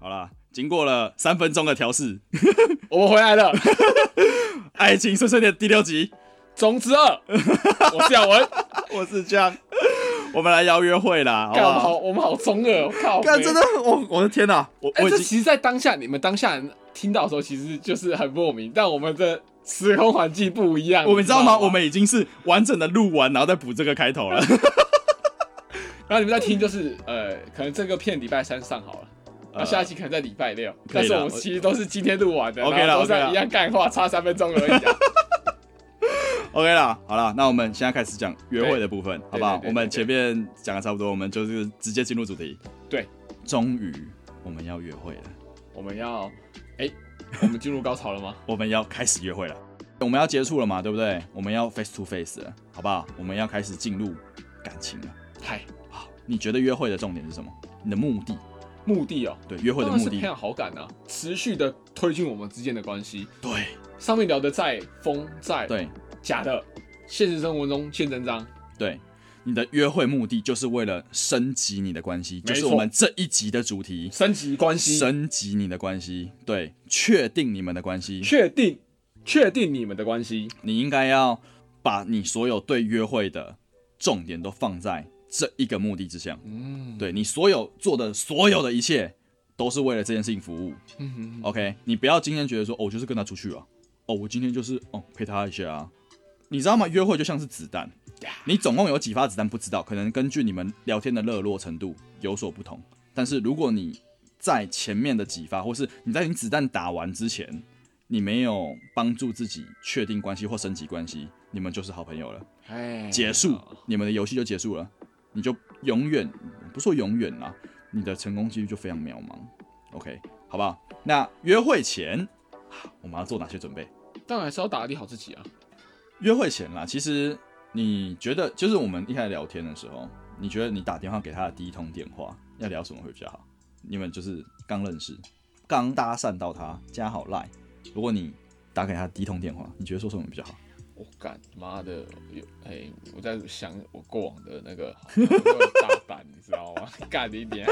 好啦，经过了三分钟的调试， 我们回来了，《 《爱情碎碎念》第六集，中之二》，我是耀文， 我是江， 我们来邀约会啦，好不干我们好好，？我们好中二哦，靠干北，真的，我我的天哪、我哎、我已这经其实，在当下你们当下人听到的时候，其实就是很莫名，但我们的时空环境不一样，我们你知道吗？我们们已经是完整的录完，然后再补这个开头 了。然后你们在听，就是呃，可能这个片礼拜三上好了。那、呃下一期可能在礼拜六，可以啦但是我们其实都是今天录完的 OK 啦然后都是 OK 啦一样干话，差三分钟而 已、啊。 OK 啦，好啦，那我们现在开始讲约会的部分，好不好对对？对我们对前面讲的差不多，我们就是直接进入主题。对，终于我们要约会了，我们要，哎、我们进入高潮了吗？我们要开始约会了，我们要接触了嘛，对不对？我们要 face to face 了，好不好？我们要开始进入感情了。嗨，好，你觉得约会的重点是什么？你的目的？目的哦、对，约会的当然目是培的。养好感啊，持续的推进我们之间的关系。对上面聊的再疯再对假的，现实生活中见真章。对，你的约会目的就是为了升级你的关系，没错就是我们这一集的主题。升级关系，升级你的关系，对，确定你们的关系，确定确定你们的关系，你应该要把你所有对约会的重点都放在这一个目的之上。嗯，对你所有做的所有的一切，都是为了这件事情服务。嗯 OK，你不要今天觉得说，哦，我就是跟他出去啊，哦，我今天就是哦陪他一下啊，你知道吗？约会就像是子弹，你总共有几发子弹不知道，可能根据你们聊天的热络程度有所不同。但是如果你在前面的几发，或是你在你子弹打完之前，你没有帮助自己确定关系或升级关系，你们就是好朋友了。哎，嗯结束，你们的游戏就结束了，你就永远不说永远啦，你的成功几率就非常渺茫。OK，好不好？那约会前啊我们要做哪些准备？当然还是要打理好自己啊。约会前啦，其实你觉得，就是我们一开始聊天的时候，你觉得你打电话给他的第一通电话要聊什么会比较好？你们就是刚认识，刚搭讪到他，加好 line。如果你打给他的第一通电话，你觉得说什么比较好？我干妈的，有哎、我在想我过往的 那个好像没有大胆，你知道吗？干你点，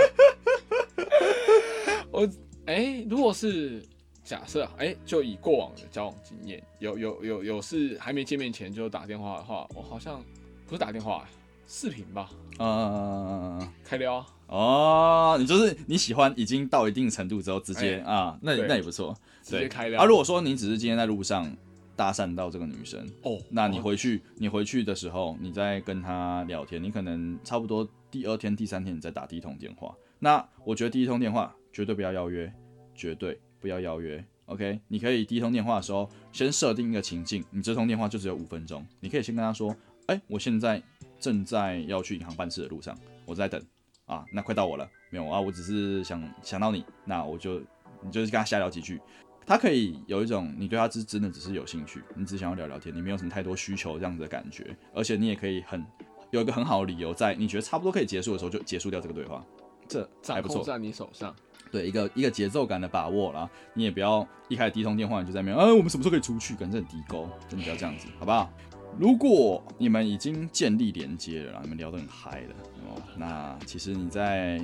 我哎、如果是假设啊哎、就以过往的交往经验，有有有有是还没见面前就打电话的话，我好像不是打电话、视频吧，呃，开聊啊，哦，你就是你喜欢已经到一定程度之后直接、啊，那对那也不错，直接对开聊。啊，如果说你只是今天在路上搭讪到这个女生，哦，那你哦回去，你回去的时候，你再跟她聊天，你可能差不多第二天、第三天你再打第一通电话。那我觉得第一通电话绝对不要邀约，绝对不要邀约。OK，你可以第一通电话的时候先设定一个情境，你这通电话就只有五分钟，你可以先跟她说，哎、我现在正在要去银行办事的路上，我在等啊，那快到我了，没有啊，我只是想想到你，那我就你就是跟她瞎聊几句，他可以有一种你对他是真的只是有兴趣，你只想要聊聊天，你没有什么太多需求这样子的感觉，而且你也可以很有一个很好的理由，在你觉得差不多可以结束的时候就结束掉这个对话，这还掌不控错。在你手上，对一个一个节奏感的把握啦，你也不要一开始第一通电话你就在那边，嗯、我们什么时候可以出去？感觉很低沟，真的不要这样子，好不好？如果你们已经建立连接了啦，你们聊得很嗨了哦，那其实你在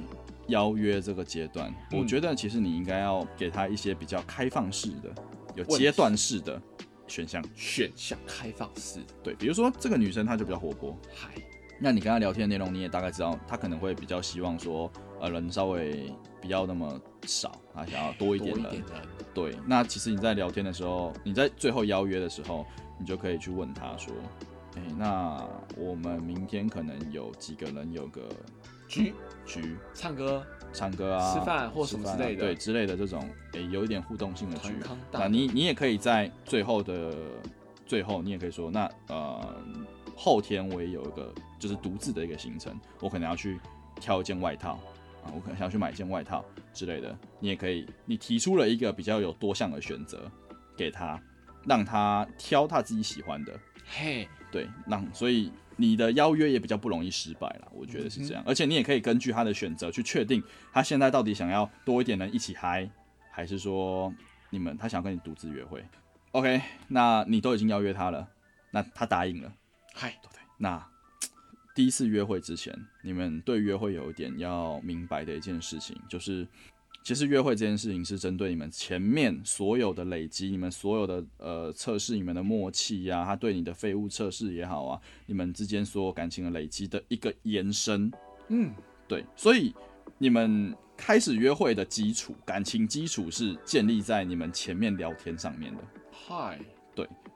邀约这个阶段，嗯我觉得其实你应该要给他一些比较开放式的、有题阶段式的选项，选项开放式，对，比如说这个女生她就比较活泼，嗨，那你跟他聊天的内容，你也大概知道，他可能会比较希望说，呃，人稍微不要那么少，他想要多多一点一人。点人，对，那其实你在聊天的时候，你在最后邀约的时候，你就可以去问他说，哎、那我们明天可能有几个人有个局局，唱歌，唱歌啊，吃饭或什么吃饭啊之类的对之类的这种，哎、有一点互动性的局团。康大那的你你也可以在最后的最后，你也可以说，那呃后天我也有一个就是独自的一个行程，我可能要去挑一件外套啊，我可能想要去买一件外套之类的。你也可以，你提出了一个比较有多项的选择给他，让他挑他自己喜欢的，嘿，对，让所以你的邀约也比较不容易失败啦，我觉得是这样。而且你也可以根据他的选择去确定他现在到底想要多一点人一起嗨，还是说你们他想要跟你独自约会。OK，那你都已经邀约他了，那他答应了。嗨，那第一次约会之前，你们对约会有一点要明白的一件事情，就是其实约会这件事情是针对你们前面所有的累积，你们所有的呃测试你们的默契呀、他对你的废物测试也好啊，你们之间所有感情的累积的一个延伸。嗯，对，所以你们开始约会的基础，感情基础是建立在你们前面聊天上面的。嗨，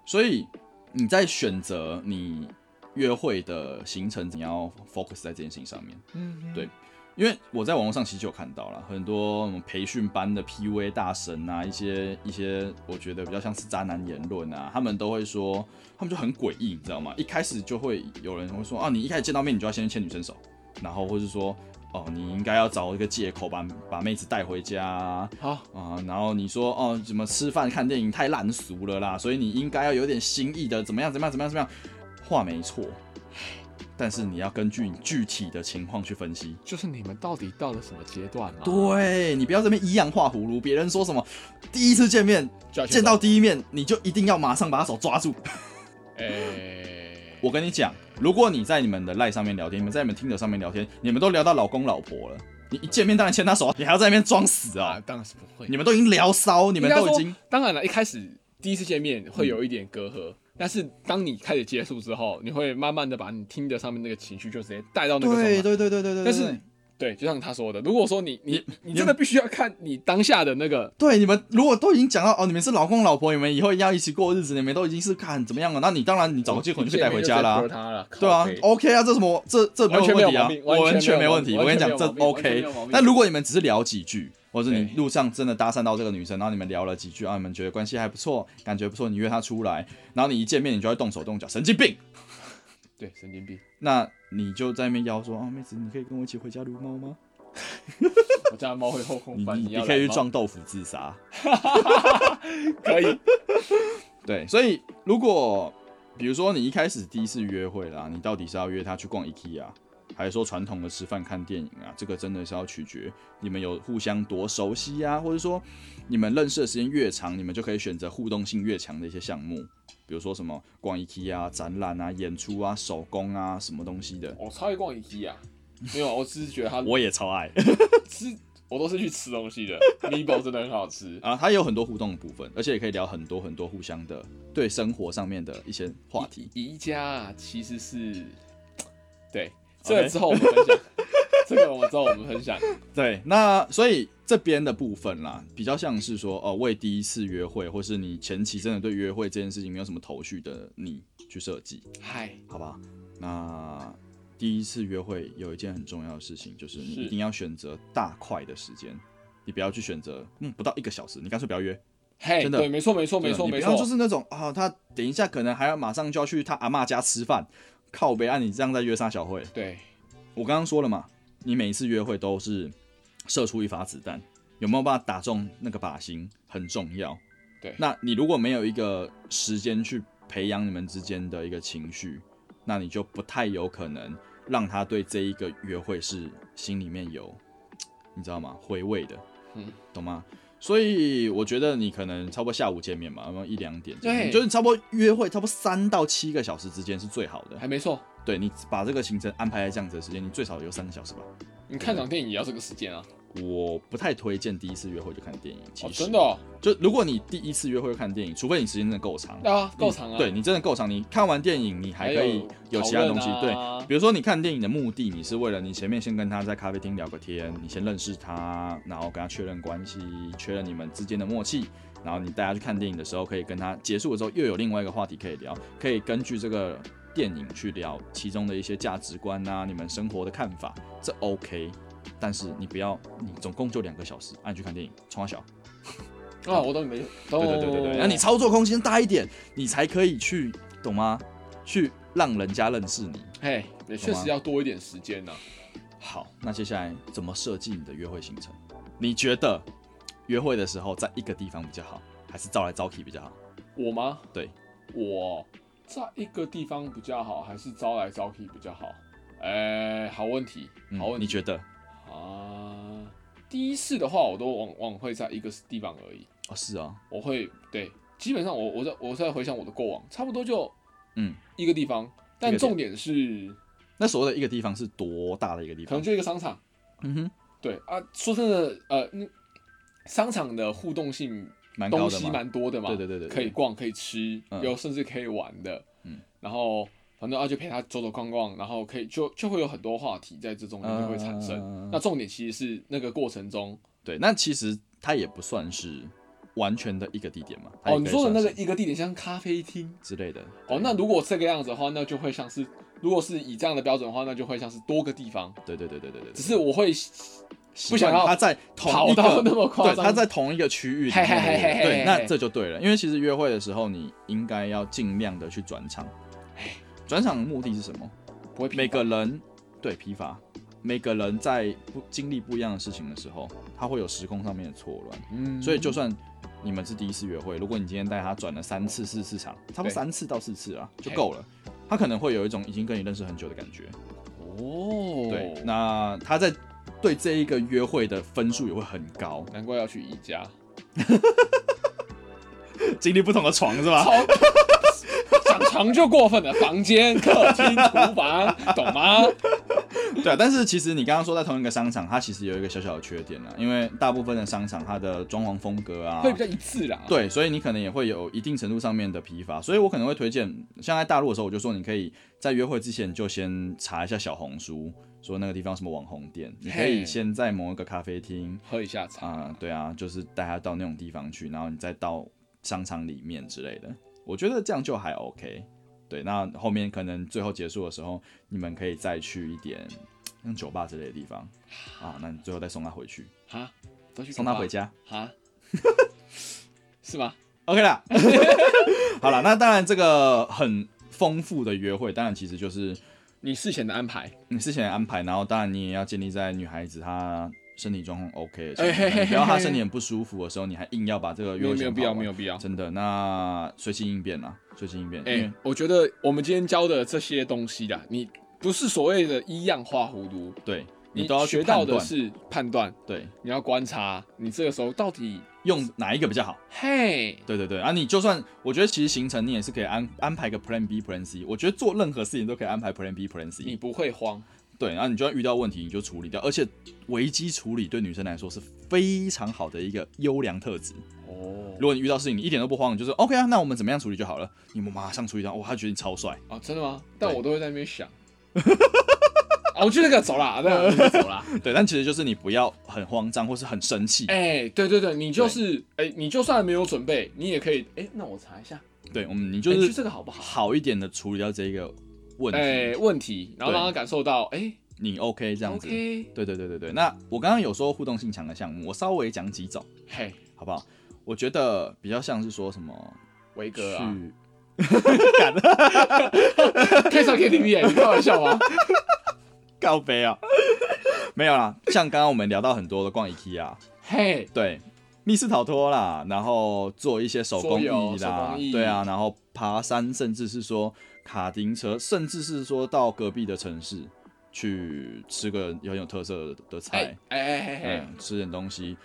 所以你在选择你约会的行程，你要 focus 在这件事情上面。嗯，对因为我在网络上其实就有看到了很多什么培训班的 PUA 大神啊，一些一些我觉得比较像是渣男言论啊，他们都会说，他们就很诡异，你知道吗？一开始就会有人会说啊，你一开始见到面你就要先牵女生手，然后或是说哦，你应该要找一个借口把把妹子带回家啊，好，啊，然后你说哦，怎么吃饭看电影太烂俗了啦，所以你应该要有点新意的，怎么样怎么样怎么样怎么样，话没错，但是你要根据你具体的情况去分析。就是你们到底到了什么阶段啊嘛？，对你不要这边一样画葫芦，别人说什么第一次见面就要去见到，第一面你就一定要马上把手抓住。哎，我跟你讲，如果你在你们的赖上面聊天，你们在你们听者上面聊天，你们都聊到老公老婆了，你一见面当然牵他手，你还要在那边装死啊，啊、当然是不会，你们都已经聊骚，你你们都已经。嗯当然了，一开始第一次见面会有一点隔阂。但是当你开始接触之后，你会慢慢的把你听的上面那个情绪就直接带到那个状态对对对对对对，但是对，就像他说的，如果说你你你真的必须要看你当下的那个，对，你们如果都已经讲到哦，你们是老公老婆，你们以后要一起过日子，你们都已经是看怎么样了，那你当然你找个借口你就可以带回家啦、啦对啊靠背，OK 啊，这什么这这没完全没有问题啊毛，病我完全全没没有问题。毛我病跟你讲，这完全没有毛病完 OK 全没有毛。病但如果你们只是聊几句，或者你对路上真的搭讪到这个女生，然后你们聊了几句啊，你们觉得关系还不错，感觉不错，你约她出来，然后你一见面你就会动手动脚，神经病。对，神经病， 那你就在那边邀说啊，妹子，你可以跟我一起回家撸猫吗？我家的猫会后空你翻，你要可以去来吗，撞豆腐自杀。可以，对，所以如果比如说你一开始第一次约会啦，你到底是要约他去逛 IKEA，还是说传统的吃饭看电影啊？这个真的是要取决你们有互相多熟悉呀、或者说你们认识的时间越长，你们就可以选择互动性越强的一些项目，比如说什么逛 IKEA 啊、展览啊、演出啊、手工啊什么东西的。我超爱逛 IKEA，没有，我只是觉得它我也超爱吃，我都是去吃 东西的 m i b o 真的很好吃，啊，它也有很多互动的部分，而且也可以聊很多很多互相的对生活上面的一些话题。宜家啊其实是，对，这 OK 个之后我们分享， 这个我之后我们分享，对，那所以这边的部分啦，比较像是说，哦，为第一次约会，或是你前期真的对约会这件事情没有什么头绪的你去设计，嗨，好吧？那第一次约会有一件很重要的事情，就是你是一定要选择大块的时间，你不要去选择，嗯，不到一个小时，你干脆不要约。嘿，真的对，没错，没错，没错，真的没你不要错，就是那种啊、他等一下可能还要马上就要去他阿嬷家吃饭，靠北啊，你这样在约杀小慧。对，我刚刚说了嘛，你每一次约会都是射出一发子弹，有没有办法打中那个靶心很重要。对那你如果没有一个时间去培养你们之间的一个情绪，那你就不太有可能让他对这一个约会是心里面有，你知道吗？回味的，嗯，懂吗？所以我觉得你可能差不多下午见面嘛，然后一两点见面，对就是差不多约会，差不多三到七个小时之间是最好的。还没错，对你把这个行程安排在这样子的时间，你最少有三个小时吧。你看场电影也要这个时间啊，我不太推荐第一次约会就看电影，其哦，实、真的哦，就如果你第一次约会就看电影，除非你时间真的够长，啊，够长啊，对你真的够长，你看完电影你还可以有其他东西，对。对，比如说，你看电影的目的，你是为了你前面先跟他在咖啡厅聊个天，你先认识他，然后跟他确认关系，确认你们之间的默契，然后你带他去看电影的时候，可以跟他结束的时候又有另外一个话题可以聊，可以根据这个电影去聊其中的一些价值观啊，你们生活的看法，这 OK。但是你不要，你总共就两个小时，按、你去看电影，冲小，啊，我懂你的意思，对对对对对对，那你操作空间大一点，你才可以去，懂吗？去让人家认识你。哎，也确好吗实要多一点时间呢、好，那接下来怎么设计你的约会行程？你觉得约会的时候在一个地方比较好，还是招来招去比较好？我吗？对，我在一个地方比较好，还是招来招去比较好？哎、好问题，嗯好问你题、觉得？啊！第一次的话，我都往往会在一个地方而已，哦，是哦，我会对，基本上我我在我在回想我的过往，差不多就嗯，一个地方，一但个地重点是那所谓的一个地方是多大的一个地可能方？就一个商场。嗯哼，对啊，说真的，呃，那商场的互动性蛮高东的西嘛。蛮多的嘛，对对对对对可以逛可以吃，嗯有甚至可以玩的，嗯，然后反正啊就陪他走走逛逛，然后可以就就会有很多话题在这中间就会产生。嗯那重点其实是那个过程中，对，那其实它也不算是完全的一个地点嘛。它也哦，你可以说的那算个是一个地点像咖啡厅，之类的。对哦，那如果这个样子的话，那就会像是，如果是以这样的标准的话，那就会像是多个地方。对对对对对对，只是我会不不想要他在同跑一到个那么夸对，张，他在同一个区域里嘿嘿面嘿的嘿嘿人，对嘿，那这就对了。因为其实约会的时候，你应该要尽量的去转场。转场的目的是什么？不会每个人对疲乏，每个人在不经历不一样的事情的时候，他会有时空上面的错乱。嗯所以就算你们是第一次约会，如果你今天带他转了三次、四次场，差不多对三次到四次啊，就嘿够了。他可能会有一种已经跟你认识很久的感觉。哦，对，那他在对这一个约会的分数也会很高，难怪要去宜家，经历不同的床是吧？超讲长就过分了，房间、客厅、厨房，懂 吗？ 对啊，但是其实你刚刚说在同一个商场，它其实有一个小小的缺点啊，因为大部分的商场它的装潢风格啊会，比较一致啦，，对，所以你可能也会有一定程度上面的疲乏，所以我可能会推荐，像在大陆的时候，我就说你可以在约会之前就先查一下小红书，说那个地方有什么网红店，你可以嘿先在某一个咖啡厅喝一下茶，啊、对啊，就是带他到那种地方去，然后你再到商场里面之类的，我觉得这样就还 OK。对，那后面可能最后结束的时候，你们可以再去一点像酒吧之类的地方啊，那你最后再送他回去，哈，都去送他回家哈， 是吗？ ，OK 啦。 好了，那当然这个很丰富的约会，当然其实就是你事前的安排，你事前的安排，然后当然你也要建立在女孩子她身体状况 OK 的情哎嘿况下，嘿你不要她嘿身体很不舒服的时候，你还硬要把这个没约有会没有先必跑要，完没有必要。真的，那随机应变啦，随机应变。哎、因为我觉得我们今天教的这些东西啦，你不是所谓的一样画葫芦，对你都要去学判到的断是判断，对，你要观察，你这个时候到底用哪一个比较好？嘿，对对对啊，你就算我觉得其实行程你也是可以安安排个 Plan B、Plan C，我觉得做任何事情都可以安排 Plan B、Plan 你 C。不会慌，对，然后你就算遇到问题你就处理掉，而且危机处理对女生来说是非常好的一个优良特质。哦如果你遇到事情你一点都不慌，你就是 OK 啊，那我们怎么样处理就好了，你们马上处理掉，哇，他觉得你超帅。啊，真的吗？但我都会在那边想， 啊，我去那个 走啦，那我就走啦。对，但其实就是你不要很慌张或是很生气。哎、对对对，你就是哎、你就算没有准备，你也可以哎、那我查一下，对，我们你就、就是是去这个好不好？好一点的处理掉这一个问题，哎、问题，然后对让他感受到哎、你 OK 这样子 OK，对对对对对。那我刚刚有说互动性强的项目，我稍微讲几种，嘿，好不好？我觉得比较像是说什么维去哥啊， 可以上 KTV 哎、你开玩笑吗？告白啊， 没有啦。像刚刚我们聊到很多的逛 IKEA，嘿，啊对，密室逃脱啦，然后做一些手工桌艺游手啦，工艺对啊，然后爬山，甚至是说卡丁车，甚至是说到隔壁的城市去吃个很有特色的的菜。哎哎哎哎哎嗯，吃点东西。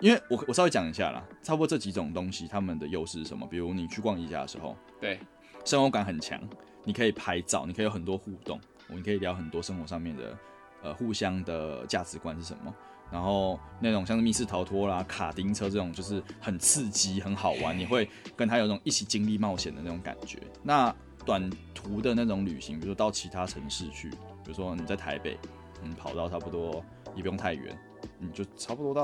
因为我我稍微讲一下啦，差不多这几种东西它们的优势是什么？比如你去逛宜家的时候，对，生活感很强，你可以拍照，你可以有很多互动，我们可以聊很多生活上面的呃互相的价值观是什么。然后那种像是密室逃脱啦、卡丁车这种，就是很刺激、很好玩，你会跟他有种一起经历冒险的那种感觉。那短途的那种旅行，比如说到其他城市去，比如说你在台北，嗯，跑到差不多也不用太远，你就差不多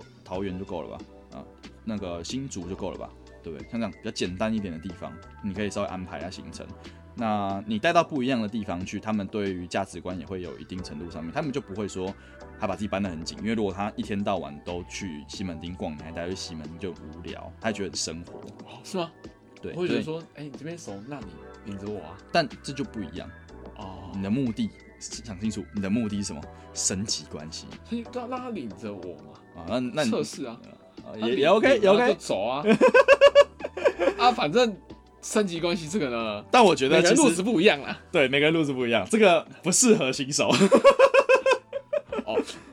到桃园就够了吧？啊，那个新竹就够了吧？对不对？像这样比较简单一点的地方，你可以稍微安排一下行程。那你带到不一样的地方去，他们对于价值观也会有一定程度上面，他们就不会说他把自己搬得很紧，因为如果他一天到晚都去西门町逛，你还待在西门町就很无聊，他还觉得很生活。哦是吗？对，我会觉得所以说，哎、你这边熟，那你领着我啊。但这就不一样，哦，你的目的想清楚，你的目的是什么？升级关系所以都啊要让他领着我嘛，啊，那那你测试啊，啊他也领也 OK 也然后就 OK，走啊，啊，反正升级关系这个呢，但我觉每得个其人路实子不一样啦。对每个人路子不一样，这个不适合新手。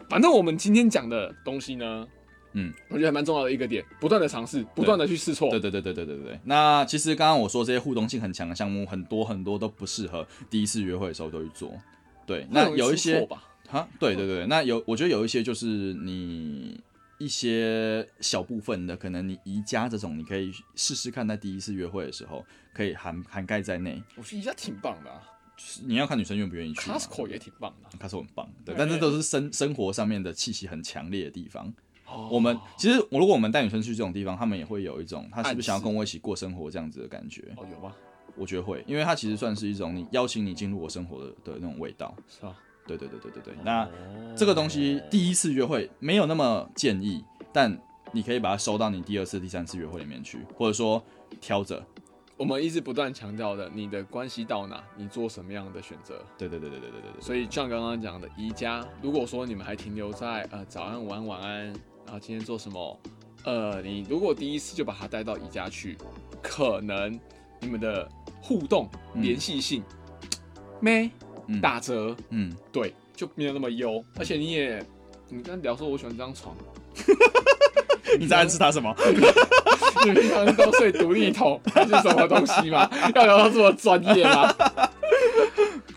反正我们今天讲的东西呢，嗯，我觉得还蛮重要的一个点，不断的尝试，不断的去试错。对对对对对对对对。那其实刚刚我说这些互动性很强的项目，很多很多都不适合第一次约会的时候都去做。对，那会有一出错些吧，哈，对对对，那有我觉得有一些就是你一些小部分的，可能你宜家这种，你可以试试看，在第一次约会的时候可以涵涵盖在内。我觉得宜家挺棒的、啊、就是你要看女生愿不愿意去嘛。 ，Costco 也挺棒的啊、 Costco 很棒，对，对但这都是生生活上面的气息很强烈的地方。哦我们其实，如果我们带女生去这种地方，她们也会有一种她是不是想暗要示跟我一起过生活这样子的感觉。哦有吗？我觉得会，因为它其实算是一种你邀请你进入我生活的的那种味道。是吧？对对对对对对。那这个东西第一次约会没有那么建议，但你可以把它收到你第二次、第三次约会里面去，或者说挑着。我们一直不断强调的，你的关系到哪，你做什么样的选择。对对对对对对对对。所以像刚刚讲的宜家，如果说你们还停留在呃早安、晚安、晚安，然后今天做什么，呃，你如果第一次就把它带到宜家去，可能你们的互动嗯联系性、没嗯打折，嗯，对，就没有那么优，而且你也。你刚才聊说我喜欢这张床，你在暗示他什么？你平常都睡独立桶，这是什么东西吗？要聊到这么专业 吗？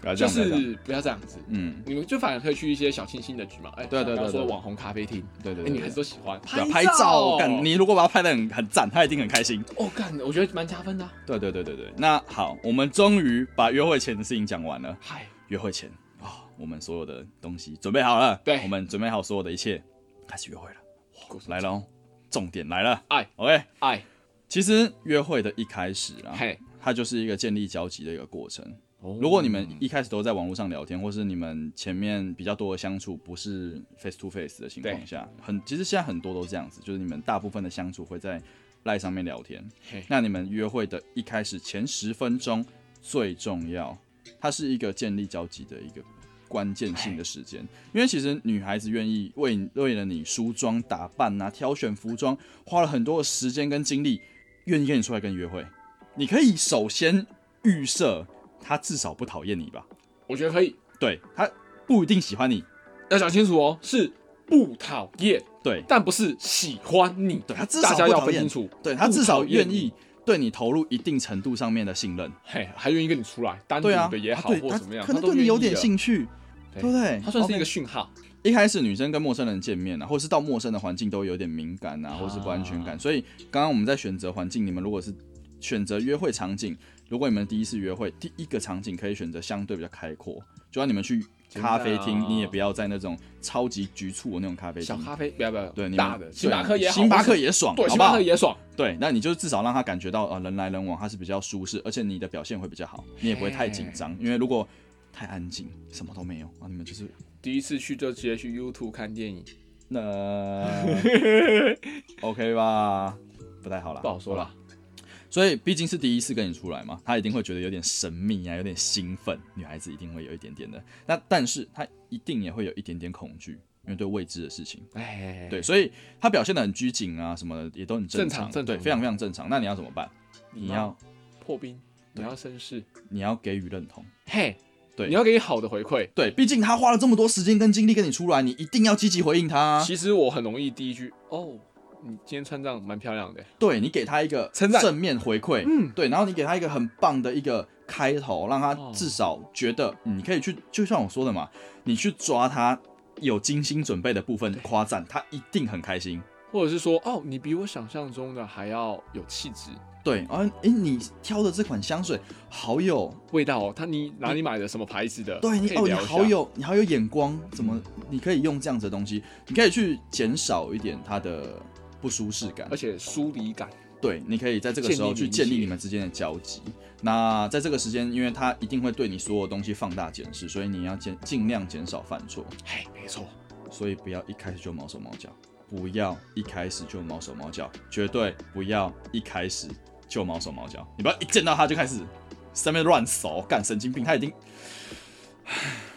不要这就样不要这样是不要这样子，嗯，你们就反而可以去一些小清新的局嘛，哎、对啊对啊对啊像比方对啊说网红咖啡厅，对对哎、对你对还是哦都喜欢对啊拍照，干你如果把它拍的很很赞，他一定很开心。哦干，我觉得蛮加分的啊、对对对对对，那好，我们终于把约会前的事情讲完了。嗨，约会前啊、我们所有的东西准备好了，对我们准备好所有的一切，开始约会了。果来喽，重点来了，哎，OK。爱其实约会的一开始啊，嘿，它就是一个建立交集的一个过程。哦如果你们一开始都在网络上聊天，或是你们前面比较多的相处不是 face to face 的情况下，很其实现在很多都这样子，就是你们大部分的相处会在赖上面聊天嘿。那你们约会的一开始前十分钟最重要，它是一个建立交集的一个关键性哎的时间，因为其实女孩子愿意为你为了你梳妆打扮啊、挑选服装，花了很多的时间跟精力，愿意跟你出来跟你约会。你可以首先预设她至少不讨厌你吧？我觉得可以，对，她不一定喜欢你，要讲清楚哦，是不讨厌，对，但不是喜欢你，对他至少大家要不讨分厌清楚，对她至少不讨厌愿意对你投入一定程度上面的信任。嘿，还愿意跟你出来，单独对啊，的也好、对或她怎么样，可能他都对你有点愿意了，啊兴趣，对对不对？哦他算是一 OK 个讯号，一开始女生跟陌生人见面啊，或是到陌生的环境都有点敏感啊，啊或是不安全感。所以刚刚我们在选择环境，你们如果是选择约会场景，如果你们第一次约会，第一个场景可以选择相对比较开阔，就像你们去咖啡真厅，的啊你也不要在那种超级局促的那种咖啡小厅。咖啡，不要不要，对，你们大的星巴克也好，星巴克或是也爽，对，好星不巴好克？也爽，对，那你就至少让他感觉到啊、呃人来人往，他是比较舒适，而且你的表现会比较好，你也不会太紧张，因为如果太安静，什么都没有啊，你们就是第一次去就直接去 YouTube 看电影，那 OK 吧，不太好啦，不好说啦。所以毕竟是第一次跟你出来嘛，她一定会觉得有点神秘啊，有点兴奋，女孩子一定会有一点点的。那但是她一定也会有一点点恐惧，因为对未知的事情。哎，对，所以她表现的很拘谨啊，什么的也都很正常，正常正常嗯对，非常非常正常。那你要怎么办？你你要破冰，你要绅士，你要给予认同。嘿，对你要给好的回馈。对，毕竟她花了这么多时间跟精力跟你出来，你一定要积极回应她啊。其实我很容易第一句哦，你今天穿这样蛮漂亮的，对你给他一个称赞正面回馈，嗯，对，然后你给他一个很棒的一个开头，让他哦至少觉得嗯你可以去，就像我说的嘛，你去抓他有精心准备的部分夸赞，他一定很开心。或者是说哦，你比我想象中的还要有气质，对，啊，诶，你挑的这款香水好有，味道哦，他你哪里买的，什么牌子的？对你可以哦，你聊一下好有，你好有眼光，怎么你可以用这样子的东西，你可以去减少一点他的不舒适感而。且疏离感，对，你可以在这个时候去建立你们之间的交集。那在这个时间，因为他一定会对你所有东西放大检视，所以你要减尽量减少犯错。嘿，没错，所以不要一开始就毛手毛脚，不要一开始就毛手毛脚，绝对不要一开始就毛手毛脚。你不要一见到他就开始上面乱手，干神经病，他已经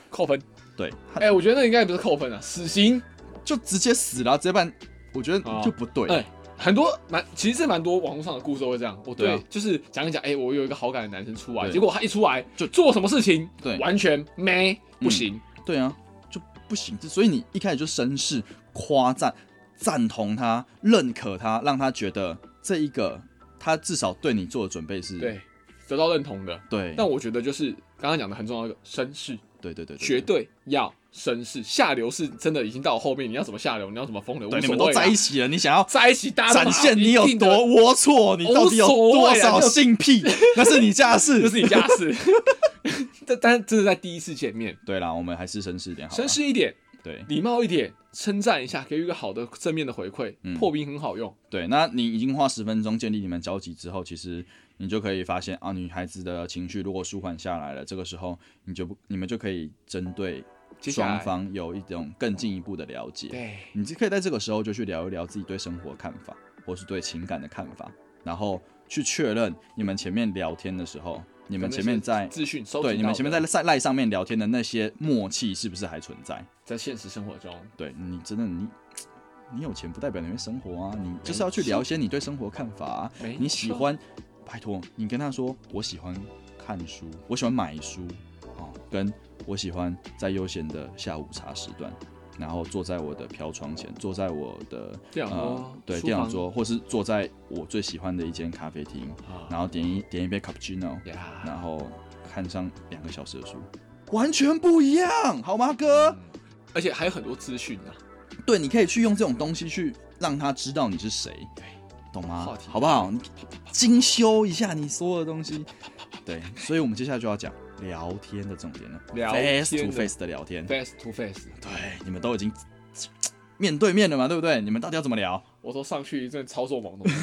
扣分。对，他哎，我觉得那应该不是扣分啊，死刑。就直接死了，直接办，我觉得哦就不对。哎，很多蛮，其实蛮多网络上的故事都会这样。我对对啊，就是讲一讲，哎，我有一个好感的男生出来，对结果他一出来就就做什么事情，对完全没不行。对啊，就不行。所以你一开始就绅士夸赞、赞同他、认可他，让他觉得这一个他至少对你做的准备是对，得到认同的。对，但我觉得就是刚刚讲的很重要的一个绅士，对对对对绝对要绅士，下流是真的已经到后面，你要怎么下流，你要怎么风流，无对，所谓啊你啦。们都在一起了，你想要在一起，大家都展现你有一定多的 龌龊，你到底有多少性癖，啊那是你家的事， 这是你家事。但但这是在第一次见面，对啦，我们还是绅士一点好了。绅士一点，对礼貌一点，称赞一下，给予一个好的正面的回馈，嗯破冰很好用。对，那你已经花十分钟建立你们交集之后，其实你就可以发现啊，女孩子的情绪如果舒缓下来了，这个时候你就不你们就可以针对接下来双方有一种更进一步的了解。对，你就可以在这个时候就去聊一聊自己对生活的看法，或是对情感的看法，然后去确认你们前面聊天的时候，你你们前面在资讯收集到的，对你们前面在在赖上面聊天的那些默契是不是还存在？在现实生活中，对你真的你。你有钱不代表你会生活啊，你就是要去聊一些你对生活的看法啊、没错你喜欢，拜托你跟他说，我喜欢看书，我喜欢买书啊、跟我喜欢在悠闲的下午茶时段，然后坐在我的飘窗前，坐在我的电脑桌呃对书电脑房桌，或是坐在我最喜欢的一间咖啡厅，啊然后点一点一杯 cappuccino，呀，然后看上两个小时的书，完全不一样，好吗，哥？而且还有很多资讯啊，对，你可以去用这种东西去让他知道你是谁，懂吗话题？好不好？你精修一下你所有的东西。对，所以我们接下来就要讲聊天的重点了聊天的，face to face 的聊天。 ，face to face。对，你们都已经面对面了嘛，对不对？你们到底要怎么聊？我说上去一阵操作懵懂，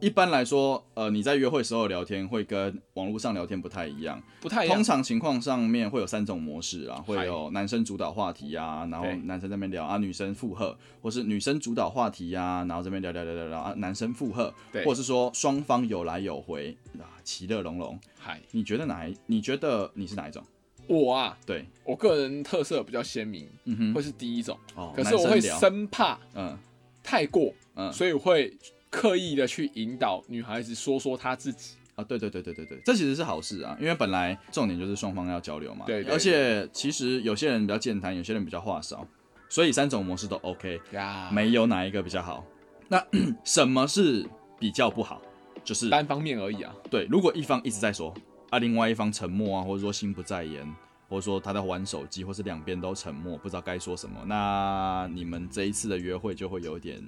一般来说，呃，你在约会时候聊天会跟网络上聊天不太一样。不太一样通。常情况上面会有三种模式啊，会有男生主导话题啊，然后对男生在那边聊啊，女生附和，或是女生主导话题啊，然后这边聊聊聊聊聊啊，男生附和，嗯对或者是说双方有来有回啊，其乐融融。嗨，你觉得哪一？你觉得你是哪一种？我啊，对，我个人特色比较鲜明，嗯哼，会是第一种，哦，可是我会男生聊，生怕嗯太过，嗯，所以我会刻意的去引导女孩子说说她自己。啊，对对对对对对，这其实是好事啊，因为本来重点就是双方要交流嘛。对对而且其实有些人比较健谈，有些人比较话少，所以三种模式都 OK，呀没有哪一个比较好。那 什么是比较不好？就是单方面而已啊。对，如果一方一直在说啊，另外一方沉默啊，或者说心不在焉，或者说他在玩手机，或是两边都沉默，不知道该说什么，那你们这一次的约会就会有点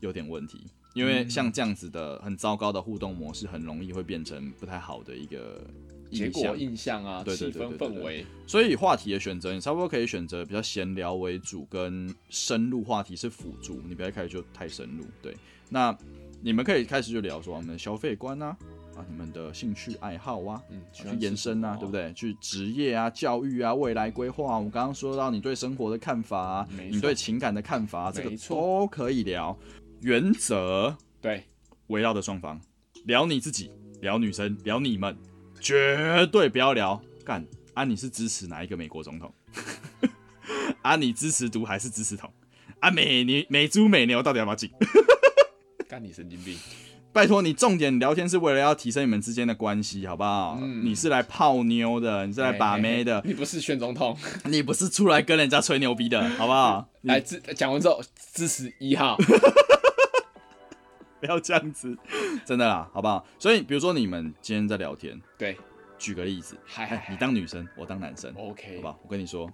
有点问题，因为像这样子的很糟糕的互动模式，很容易会变成不太好的一个结印象果印象啊，对对气对氛对对氛对围，所以话题的选择，你差不多可以选择比较闲聊为主，跟深入话题是辅助，你不要一开始就太深入。对，那你们可以开始就聊说我们的消费观啊，啊，你们的兴趣爱好啊，嗯，去延伸啊，对不？对？去职业啊、教育啊、未来规划、啊，我们刚刚说到你对生活的看法啊，没错你对情感的看法、啊，这个没错都可以聊。原则对，围绕着双方，聊你自己，聊女生，聊你们，绝对不要聊干啊！你是支持哪一个美国总统？ 啊，你支持独还是支持统？啊，美你美猪美牛到底要不要进？干你神经 病！拜托你，重点聊天是为了要提升你们之间的关系，好不好？嗯你是来泡妞的，你是来把妹的，哎哎哎你不是选总统。你不是出来跟人家吹牛逼的，好不好？来支讲完之后支持 一号，不要这样子，真的啦，好不好？所以，比如说你们今天在聊天，对举个例子，嗨哎，你当女生，我当男生，好，OK 不好？我跟你说，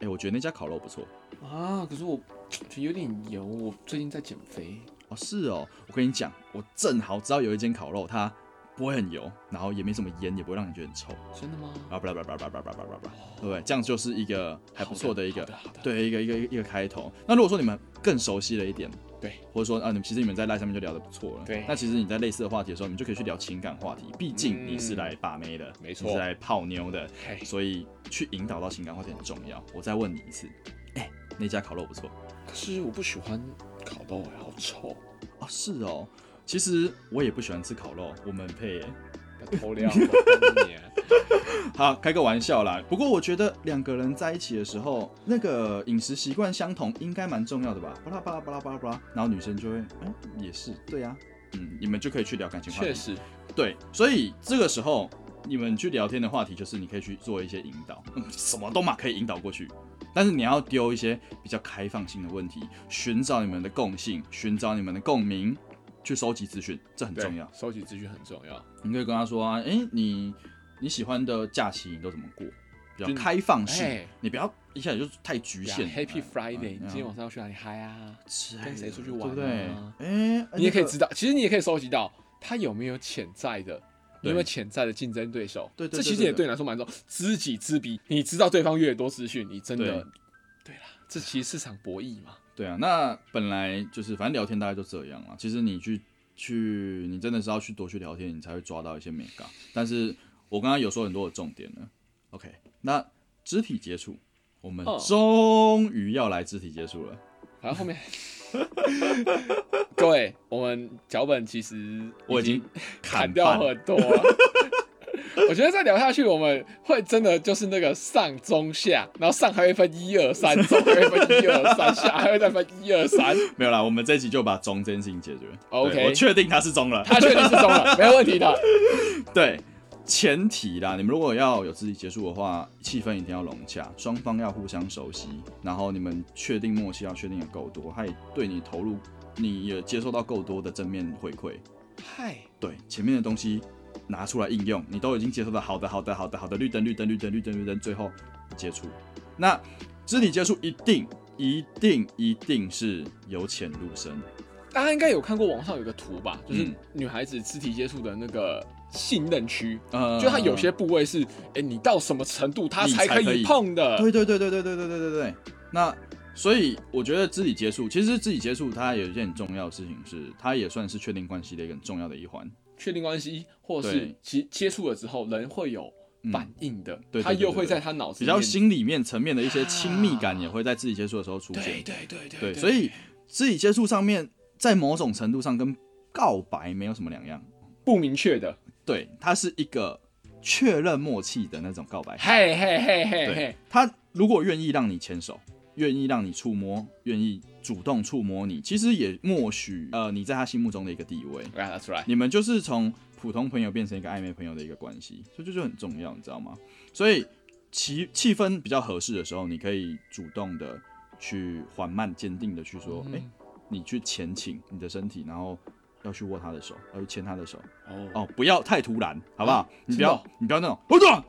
哎、我觉得那家烤肉不错啊？可是我觉得有点油，我最近在减肥。哦，是哦，我跟你讲，我正好知道有一间烤肉，它不会很油，然后也没什么烟，也不会让你觉得很臭，真的吗？啊，不啦不啦不啦不啦不啦不啦不啦，对不对？这样就是一个还不错的一个好的，好的对一个一个一个开头。那如果说你们更熟悉了一点，对，或者说啊，你们其实你们在赖上面就聊得不错了，对嗯那其实你在类似的话题的时候，你们就可以去聊情感话题，毕竟你是来把妹的，没错你是来泡妞的，嘿所以去引导到情感话题很重要。我再问你一次，哎、那家烤肉不错可是我不喜欢烤肉，哎好 臭，哦，是哦。其实我也不喜欢吃烤肉，我们配耶。要偷 料。我跟你啊好，开个玩笑啦。不过我觉得两个人在一起的时候，那个饮食习惯相同应该蛮重要的吧？巴拉巴拉巴拉巴拉巴拉，然后女生就会，嗯，也是，对啊，嗯，你们就可以去聊感情话题。确，实，对，所以这个时候你们去聊天的话题就是你可以去做一些引导，嗯，什么都嘛可以引导过去，但是你要丢一些比较开放性的问题，寻找你们的共性，寻找你们的共鸣，去收集资讯，这很对重要。收集资讯很重要。你可以跟他说啊，哎、你你喜欢的假期你都怎么过？比较就你开放性哎，你不要一下子就太局限了。 Happy Friday，、嗯你今天晚上要去哪里嗨啊？之类的跟谁出去对玩不啊对？哎，你也可以知道。道，其实你也可以收集到他有没有潜在的，对有没有潜在的竞争对手。对对对这其实对也对你来说蛮重要。知己知彼，你知道对方越多资讯，你真的对对啦，这其实市场博弈嘛。对啊，那本来就是反正聊天大概就这样啊。其实你去去，你真的是要去多去聊天，你才会抓到一些美感。但是我刚刚有说很多的重点呢。OK，那肢体接触，我们哦终于要来肢体接触了。然后后面， 各位，我们脚本其实我已经 砍砍掉半很多了。 我觉得再聊下去，我们会真的就是那个上中下，然后上还会分一二三，中还会分一二三，下还会再分一二三。没有啦，我们这一集就把中这件事情解决。哦 OK 对我确定他是中了。他确定是中了，没有问题的。 对，前提啦，你们如果要有肢体接触的话，气氛一定要融洽，双方要互相熟悉，然后你们确定默契要确定的够多，他也对你投入，你也接受到够多的正面回馈。嗨，对，前面的东西拿出来应用，你都已经接受到好的、好的、好的、好的，绿灯、绿灯、绿灯、绿灯、绿灯，最后接触。那肢体接触一定、一定、一定是由浅入深。大家应该有看过网上有个图吧，就是嗯女孩子肢体接触的那个信任区，呃就它有些部位是，哎、你到什么程度她你才才可可以以碰的。对对对对对对对对对对。那所以我觉得肢体接触，其实肢体接触它有一件很重要的事情是，它也算是确定关系的一个很重要的一环。确定关系，或是对其接触了之后，人会有嗯反应的，对对他对又对会对在他脑子比里较面心里面层面的一些亲密感也会在肢体接触的时候出对现。对对对对，所以肢体接触上面，在某种程度上跟告白没有什么两样。不明确的，对，它是一个确认默契的那种告白。嘿嘿嘿嘿对嘿，，他如果愿意让你牵手，愿意让你触摸，愿意主动触摸你，其实也默许呃你在他心目中的一个地位。让他出来。你们就是从普通朋友变成一个暧昧朋友的一个关系，所以这就很重要，你知道吗？所以气气氛比较合适的时候，你可以主动的去缓慢、坚定的去说，嗯哎、你去前倾你的身体，然后要去握他的手，要去牵他的手。哦，哦，不要太突然，好不好？啊你不要，真你不要那种，我撞，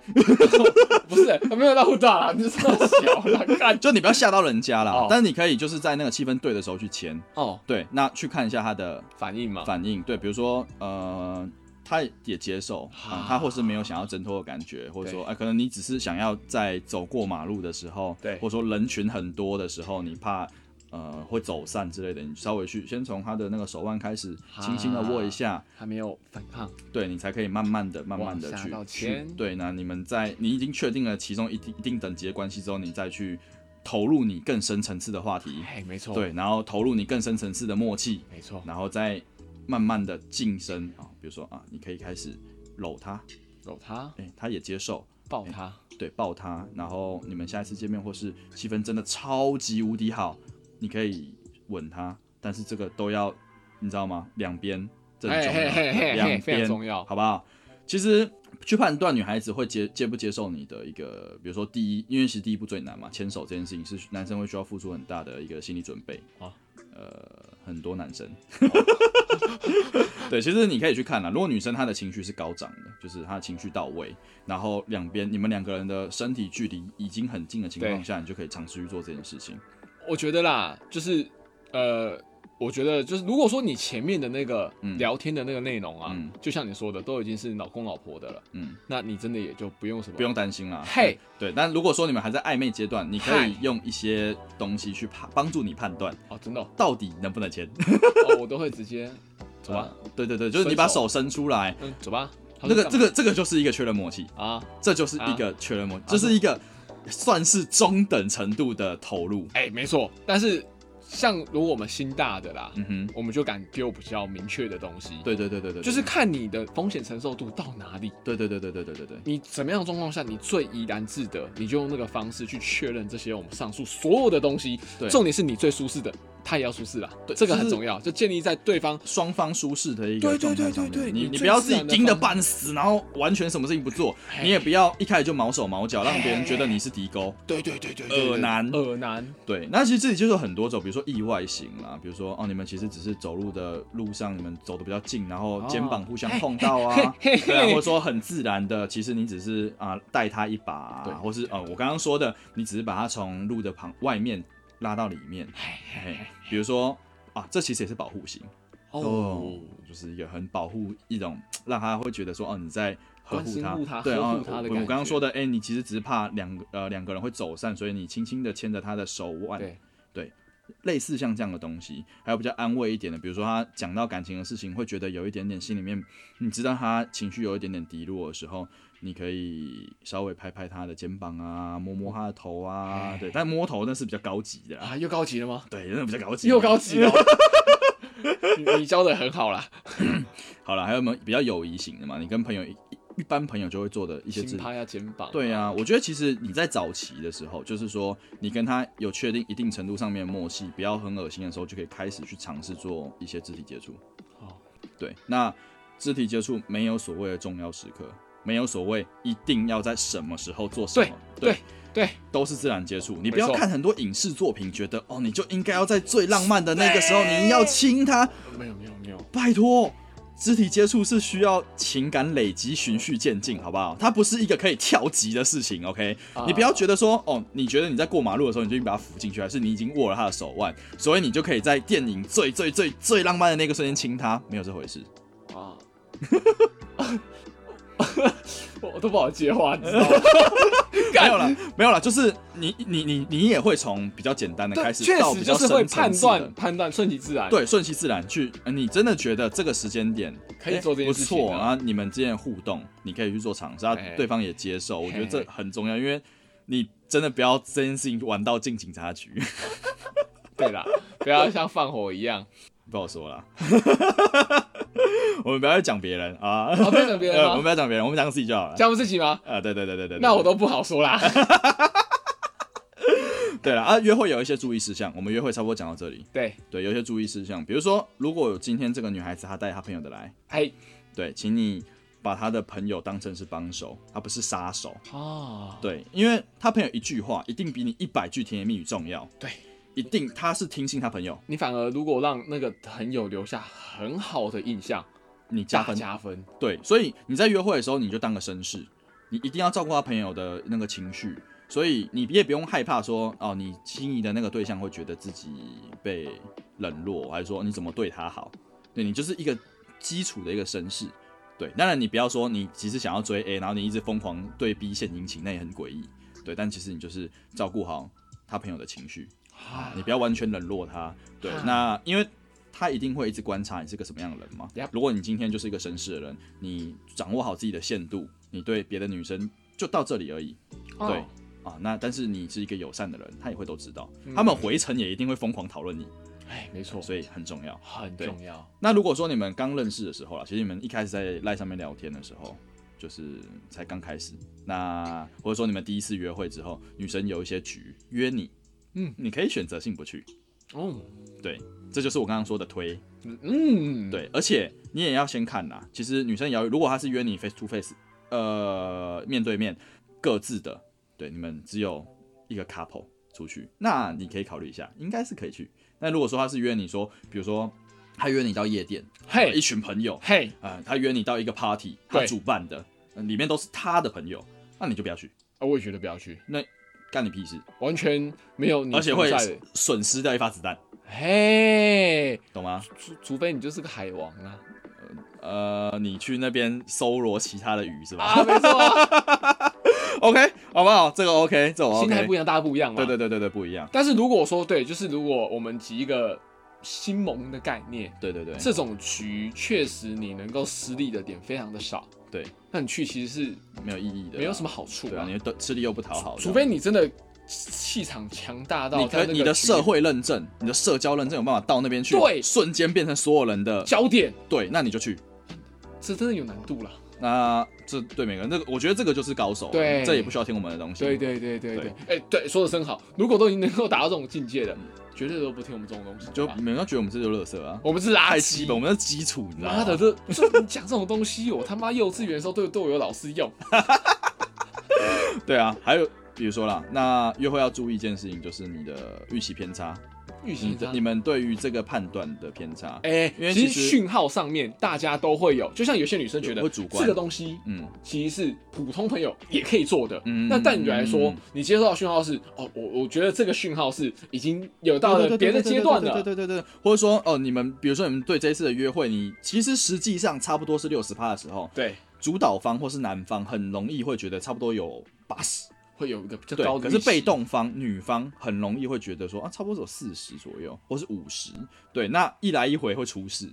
不是，没有到护大啦，你是到小啦，干 就你不要吓到人家啦。哦但是你可以就是在那个气氛对的时候去牵，哦，对，那去看一下他的反应嘛，反应，对，比如说呃，他也接受啊啊，他或是没有想要挣脱的感觉，或者说对哎、可能你只是想要在走过马路的时候，对或者说人群很多的时候，你怕。呃，会走散之类的，你稍微去先从他的那个手腕开始，轻轻的握一下，他没有反抗，对你才可以慢慢的、慢慢的啊往下去到去前对。那你们在你已经确定了其中一定一定等级的关系之后，你再去投入你更深层次的话题，嘿，没错，，对，然后投入你更深层次的默契，没错，然后再慢慢的晋升啊，比如说啊，你可以开始搂他，搂他，哎、他也接受，抱他，对，抱他，然后你们下一次见面或是气氛真的超级无敌好，你可以吻他，但是这个都要你知道吗？两边这很重嘿嘿嘿嘿要，嘿两非常边重要好不好？其实去判断女孩子会接接不接受你的一个，比如说第一，因为其实第一步最难嘛，牵手这件事情是男生会需要付出很大的一个心理准备啊。呃，很多男生， 对，其实你可以去看啦。如果女生她的情绪是高涨的，就是她的情绪到位，然后两边你们两个人的身体距离已经很近的情况对下，你就可以尝试去做这件事情。我觉得啦，就是呃，我觉得就是如果说你前面的那个嗯聊天的那个内容啊，嗯就像你说的，都已经是老公老婆的了，嗯，那你真的也就不用什么不用担心啦。嘿对，但如果说你们还在暧昧阶段，你可以嗨用一些东西去判帮助你判断哦，真 的哦到底能不能 牵。哦，我都会直接走吧，呃对对对，就是你把手伸出来，嗯，走吧，啊他那说个干这嘛个这个就是一个确认默契，啊，这就是一个确认默契，这是一个算是中等程度的投入。哎、没错，但是像如果我们心大的啦，嗯哼，我们就敢丢比较明确的东西，，对对对对对，对就是看你的风险承受度到哪里。对对对对对对对对。你怎么样的状况下你最怡然自得，你就用那个方式去确认这些我们上述所有的东西对。重点是你最舒适的，他也要舒适啦，对这个就很是重要，就建立在对方双方舒适的一个对对状态对上面对对你你你最不要自自己然的盯得方法半死，然后完全什么事情不做，嘿你也不要一开始就毛手毛脚，让别人觉得你是敌钩。对对对对耳男耳男，对，那其实这里就是有很多种，比如说意外型啦，比如说哦，你们其实只是走路的路上，你们走的比较近，然后肩膀互相碰到啊，嘿对啊，或者说很自然的，其实你只是啊带他一把、啊，对或是呃我刚刚说的，你只是把他从路的旁外面拉到里面，嘿，比如说啊，这其实也是保护型哦，就是一个很保护一种，让他会觉得说哦你在。呵关护心他护他，对呵护啊，他的我感我刚刚觉说的，哎、你其实只是怕两个呃两个人会走散，所以你轻轻的牵着他的手腕，对，类似像这样的东西，还有比较安慰一点的，比如说他讲到感情的事情，会觉得有一点点心里面，嗯你知道他情绪有一点点低落的时候，你可以稍微拍拍他的肩膀啊，摸摸他的头哎啊，对，但摸头那是比较高级的啦，啊，又高级了吗？对，那比较高级，又高 级了，你你教的很好啦，好了，还有没有比较友谊型的嘛？你跟朋友一一般朋友就会做的一些轻事情。拍下肩膀，对啊，我觉得其实你在早期的时候，就是说你跟他有确定一定程度上面的默契，不要很恶心的时候，就可以开始去尝试做一些肢体接触。哦，对，那肢体接触没有所谓的重要时刻，没有所谓一定要在什么时候做什么，对对，都是自然接触。你不没要错看很多影视作品，觉得哦，你就应该要在最浪漫的那个时候，你要亲他，没有没有没有，拜托。肢体接触是需要情感累积、循序渐进，好不好？它不是一个可以跳级的事情，OK？、啊你不要觉得说，哦，你觉得你在过马路的时候，你就已经把他扶进去，还是你已经握了他的手腕，所以你就可以在电影最最最最浪漫的那个瞬间亲他，没有这回事。啊， 我我都不好接话，你知道吗？没有啦， 没有啦，就是你你你你也会从比较简单的开对，始，确到实比就较是会深判层次的断，判断，顺其自然。，对，顺其自然去。呃你真的觉得这个时间点可以做这件事情诶不错的啊？你们之间的互动，你可以去做尝试，啊哎，对方也接受，我觉得这嘿很重要，因为你真的不要这件事情玩到进警察局，对啦，不要像放火一样 不好说啦。 我们不要去讲别人啊， 啊！不要讲别人呃，我们吗？不要讲别人，我们讲自己就好了。讲我自己吗？啊，对对对对对，对那我都不好 说啦。对了啊，约会有一些注意事项，我们约会差不多讲到这里。对，对，有一些注意事项，比如说，如果有今天这个女孩子她带她朋友的来，哎对，请你把她的朋友当成是帮手，而不是杀手。啊，对，因为她朋友一句话，一定比你一百句甜言蜜语重要。对，一定她是听信她朋友，你反而如果让那个朋友留下很好的印象，你加分。加分。对，所以你在约会的时候，你就当个绅士，你一定要照顾她朋友的那个情绪。所以你也不用害怕说哦，你心仪的那个对象会觉得自己被冷落，还是说你怎么对他好？对你就是一个基础的一个绅士。对，当然你不要说你其实想要追 A，然后你一直疯狂对 B 献殷勤，那也很诡异。对，但其实你就是照顾好他朋友的情绪，啊你不要完全冷落他。对啊，那因为他一定会一直观察你是个什么样的人嘛 Yep。如果你今天就是一个绅士的人，你掌握好自己的限度，你对别的女生就到这里而已。对哦啊，那但是你是一个友善的人，他也会都知道，嗯他们回程也一定会疯狂讨论你，哎，没错，所以很重要。很对重要。那如果说你们刚认识的时候啦，其实你们一开始在赖上面聊天的时候，就是才刚开始，那或者说你们第一次约会之后，女生有一些局约你，嗯，你可以选择性不去，哦，这就是我刚刚说的推。嗯，，对，而且你也要先看啦。其实女生也要，如果她是约你 face to face，呃，面对面，各自的，对，你们只有一个 couple 出去，那你可以考虑一下，应该是可以去。那如果说她是约你说，比如说她约你到夜店，嘿一，群朋友，嘿，呃，她约你到一个 party，她对主办的，呃里面都是她的朋友，那你就不要去，啊我也觉得不要去，干你屁事，完全没有你而且存会在的。损失掉一发子弹，嘿，懂吗？除除非你就是个海王啊！ 呃，你去那边搜罗其他的鱼是吧、啊，没错啊， o k 好不好？这个 OK，这我 OK。 心态不一样，大家不一样嘛。对对对对对，不一样。但是如果说对，就是如果我们集一个新盟的概念，对对对，这种局确实你能够失利的点非常的少。对，那你去其实是没有意义的啦，没有什么好处对啊，你都吃力又不讨好，除非你真的气场强大这到样你可在那以个你的局社会认证、你的社交认证有办法到那边去，对瞬间变成所有人的焦点，对，那你就去。这真的有难度了。那这对每个人，那个我觉得这个就是高手了，对这也不需要听我们的东西，对对对对对，对哎、对，说的真好。如果都已经能够达到这种境界的，绝对都不听我们这种东西，就好吧没人家觉得我们这就垃圾啊，啊我们是垃太圾基。本，我们是基础，你知道吗？妈的，这这你讲这种东西，我他妈幼稚园的时候都有都有老师用。对啊，还有比如说啦，那约会要注意一件事情，就是你的预期偏差，预你期的你们对于这个判断的偏差，哎，因为其其实实讯号上面大家都会有，就像有些女生觉得会主观这个东西嗯，其实是普通朋友也可以做的。嗯那但你来说，嗯你接收到讯号是哦，我我觉得这个讯号是已经有到了别的阶段对了。对对对对，或者说哦，你们比如说你们对这一次的约会，你其实实际上差不多是六十趴的时候，对，主导方或是男方很容易会觉得差不多有八十，会有一个比较对高，的可预期。是被动方女方很容易会觉得说啊，差不多只有四十左右，或是五十，对，那一来一回会出事。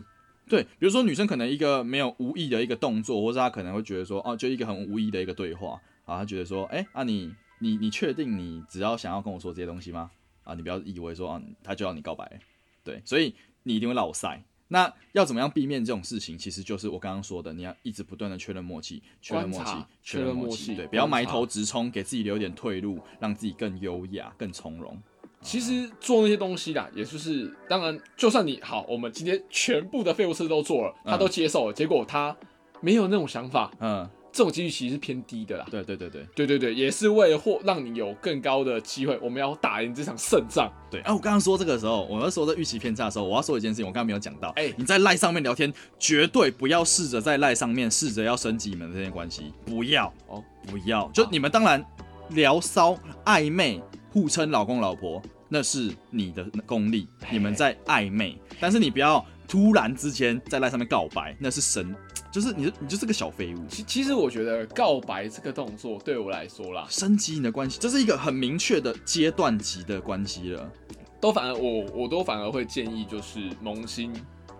对，比如说女生可能一个没有无意的一个动作，或是她可能会觉得说，哦、就一个很无意的一个对话啊，她觉得说，哎、啊你你你确定你只要想要跟我说这些东西吗？啊，你不要以为说啊，他就要你告白，对，所以你一定会落塞。那要怎么样避免这种事情？其实就是我刚刚说的，你要一直不断的确认默契，确认默观契察，确认默确认默契对，不要埋观头直冲，给自己留一点退路，让自己更优雅、更从容。其实做那些东西啦，也就是当然，就算你好，我们今天全部的废物事都做了，他都接受了，结果他没有那种想法，嗯，这种几率其实是偏低的啦。对对对对对对对，也是为了或让你有更高的机会，我们要打赢这场胜仗。对。啊，我刚刚说这个时候，我要说这预期偏差的时候，我要说一件事情，我刚刚没有讲到。哎你在赖上面聊天，绝对不要试着在赖上面试着要升级你们之间的关系，不要哦，不要。就你们当然聊骚、暧昧、互称老公老婆，那是你的功力，你们在暧昧，但是你不要突然之间在赖上面告白，那是神，就是你你就是个小废物。其其实我觉得告白这个动作对我来说啦，升级你的关系，这是一个很明确的阶段级的关系了。都反而我我都反而会建议就是萌新，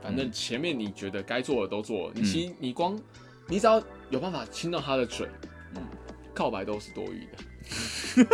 反嗯正前面你觉得该做的都做了，你其实你光你只要有办法亲到他的嘴，嗯告白都是多余的。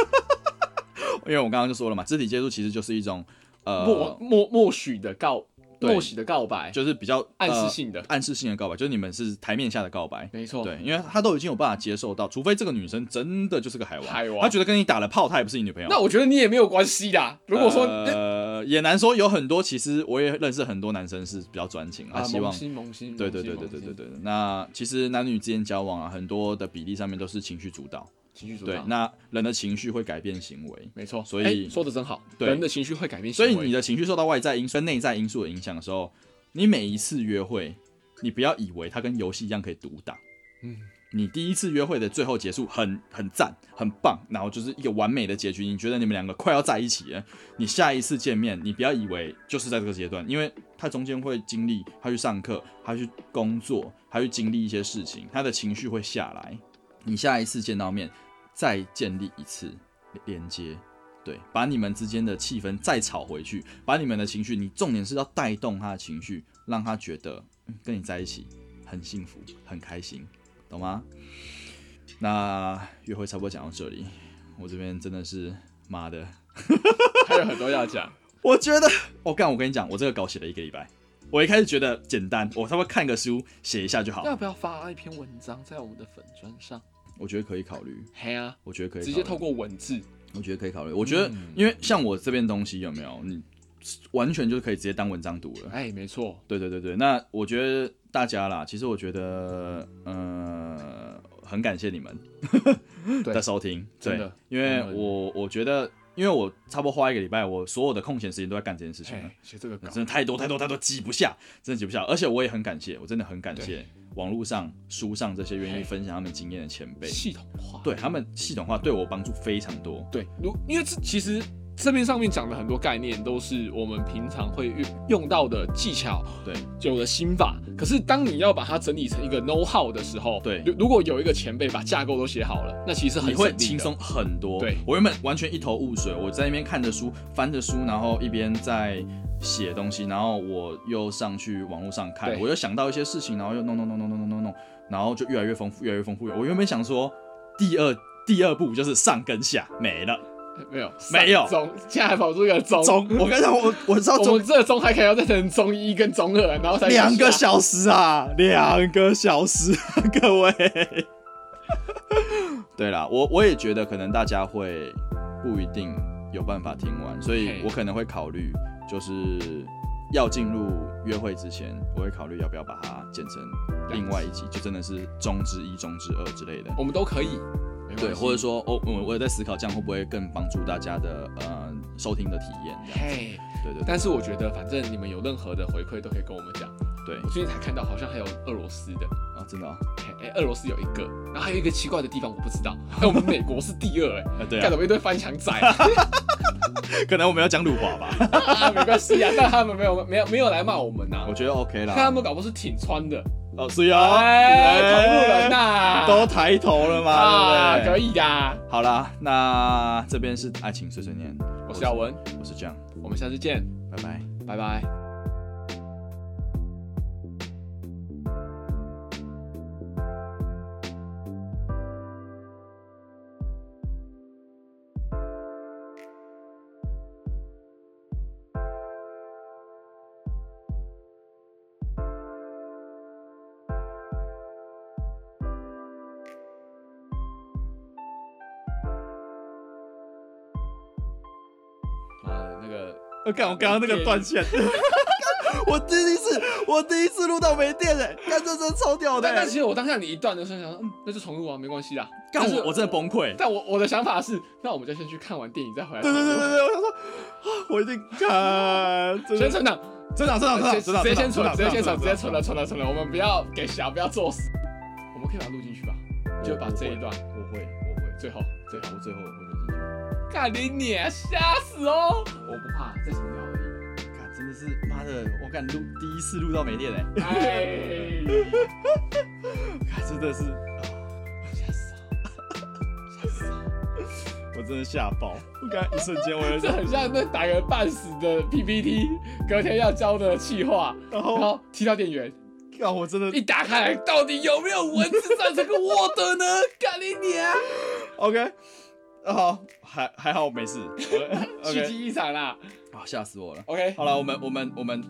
因为我刚刚就说了嘛，肢体接触其实就是一种默呃，默默许的告，对默许的告白，就是比较暗示、呃性的，暗示性的告白，就是你们是台面下的告白。没错，对，因为他都已经有办法接受到，除非这个女生真的就是个海王，海王她觉得跟你打了炮，她也不是你女朋友。那我觉得你也没有关系啦。如果说那呃，也难说，有很多其实我也认识很多男生是比较专情，他啊，希萌望新萌新，对萌对新对对对，对萌新对。对那其实男女之间交往啊，很多的比例上面都是情绪主导，情绪主对导，，那人的情绪会改变行为，没错。所以哎说的真好，对人的情绪会改变所行为，以你的情绪受到外在因素、内在因素的影响的时候，你每一次约会，你不要以为它跟游戏一样可以独挡。嗯，你第一次约会的最后结束很很赞，很棒，然后就是一个完美的结局。你觉得你们两个快要在一起了，你下一次见面，你不要以为就是在这个阶段，因为他中间会经历他去上课，他去工作，他去经历一些事情，他的情绪会下来。你下一次见到面，再建立一次连接，对，把你们之间的气氛再炒回去，把你们的情绪，你重点是要带动他的情绪，让他觉得、嗯跟你在一起很幸福、很开心，懂吗？那约会差不多讲到这里，我这边真的是妈的，还有很多要讲。我觉得我干、我跟你讲，我这个稿写了一个礼拜，我一开始觉得简单，我稍微看个书写一下就好，要不要发一篇文章在我们的粉砖上？我觉得可以考虑，嘿啊，我觉得可以直考接嗯虑透过文字，我觉得可以考虑。我觉得，因为像我这边东西有没有，你完全就可以直接当文章读了。哎，没错，对对对对，那我觉得大家啦，其实我觉得，呃，很感谢你们对的收听，真对的，因为我们我我觉得，因为我差不多花一个礼拜，我所有的空闲时间都在干这件事情了哎，写这个稿，真的太多太多太多，挤不下，真的挤不下。而且我也很感谢，我真的很感谢对网络上、书上这些愿意嘿分享他们经验的前辈，系统化，对他们系统化对我帮助非常多。对，如因为这其实这边上面讲的很多概念都是我们平常会用用到的技巧，对，有的心法。可是当你要把它整理成一个 know how 的时候，对如如果有一个前辈把架构都写好了，那其实很你会省力的轻松很多。对我原本完全一头雾水，我在那边看着书，翻着书，然后一边在写东西，然后我又上去网络上看，对我又想到一些事情，然后又弄弄弄弄弄弄弄弄，然后就越来越丰富，越来越丰富。我原本想说，第二第二步就是上跟下没了，没有没有中，现在还跑出一个中中，我跟你讲，我我知道我中们这个中还可以要再成中一跟啊中二，然后才两个啊下小时啊，两个小时，各位。对啦，我我也觉得可能大家会不一定有办法听完，所以嘿我可能会考虑，就是要进入约会之前，我会考虑要不要把它剪成另外一集，就真的是中之一、中之二之类的。我们都可以，没关系对，或者说，哦，我我也在思考，这样会不会更帮助大家的呃收听的体验？这样子，嘿，对对对但是我觉得反正你们有任何的回馈都可以跟我们讲。对我最近才看到好像还有俄罗斯的，啊，真的哦，哎、哎，俄罗斯有一个，然后还有一个奇怪的地方我不知道，哎但我们美国是第 二、哎，啊对干啊什，么一堆翻墙仔、 可能我们要讲辱华吧，啊，没关系啊，但他们没有没有没有来骂我们呐、 我觉得 OK 看啦。他们搞不好是挺穿的，老师要哎，同路人呐、都抬头了嘛，啊，对不可对？以呀、好啦，那这边是爱情碎碎念，我是耀文，我是这样，我们下次见，拜拜。拜拜。妈的，啊那个。我看我刚刚那个断线，我第一次我第一次录到没电哎，看这真的超屌的但但欸其，实我当下你一段的时候想说，嗯，那就重录啊，没关系啦。干但是我我真的崩溃。但我我的想法是，那我们就先去看完电影再回来。对对对对，对，我想说，啊我一定看，真的先存档，真的真的真直的接直接先存，直接先存，存直接存了存了存了，我们不要给小，不要作死。我们可以把它录进去吧，就把这一段我会我会，最后最后，我最后我会录进去。干你你吓死哦！我不怕，再重聊而已。看真的是妈的，我敢录第一次录到没电哎，哎，看真的是，吓死哦，吓死哦！我真的吓爆，我刚刚一瞬间我有这种，很像那打个半死的 PPT，隔天要交的气话，然然后后踢到店员。啊我真的一打开来，到底有没有蚊子在这个窝的呢？干你娘！ OK，好，哦还还好没事。我狙 OK， 击一场啦。啊，吓死我了。 OK，好了，我们我们我们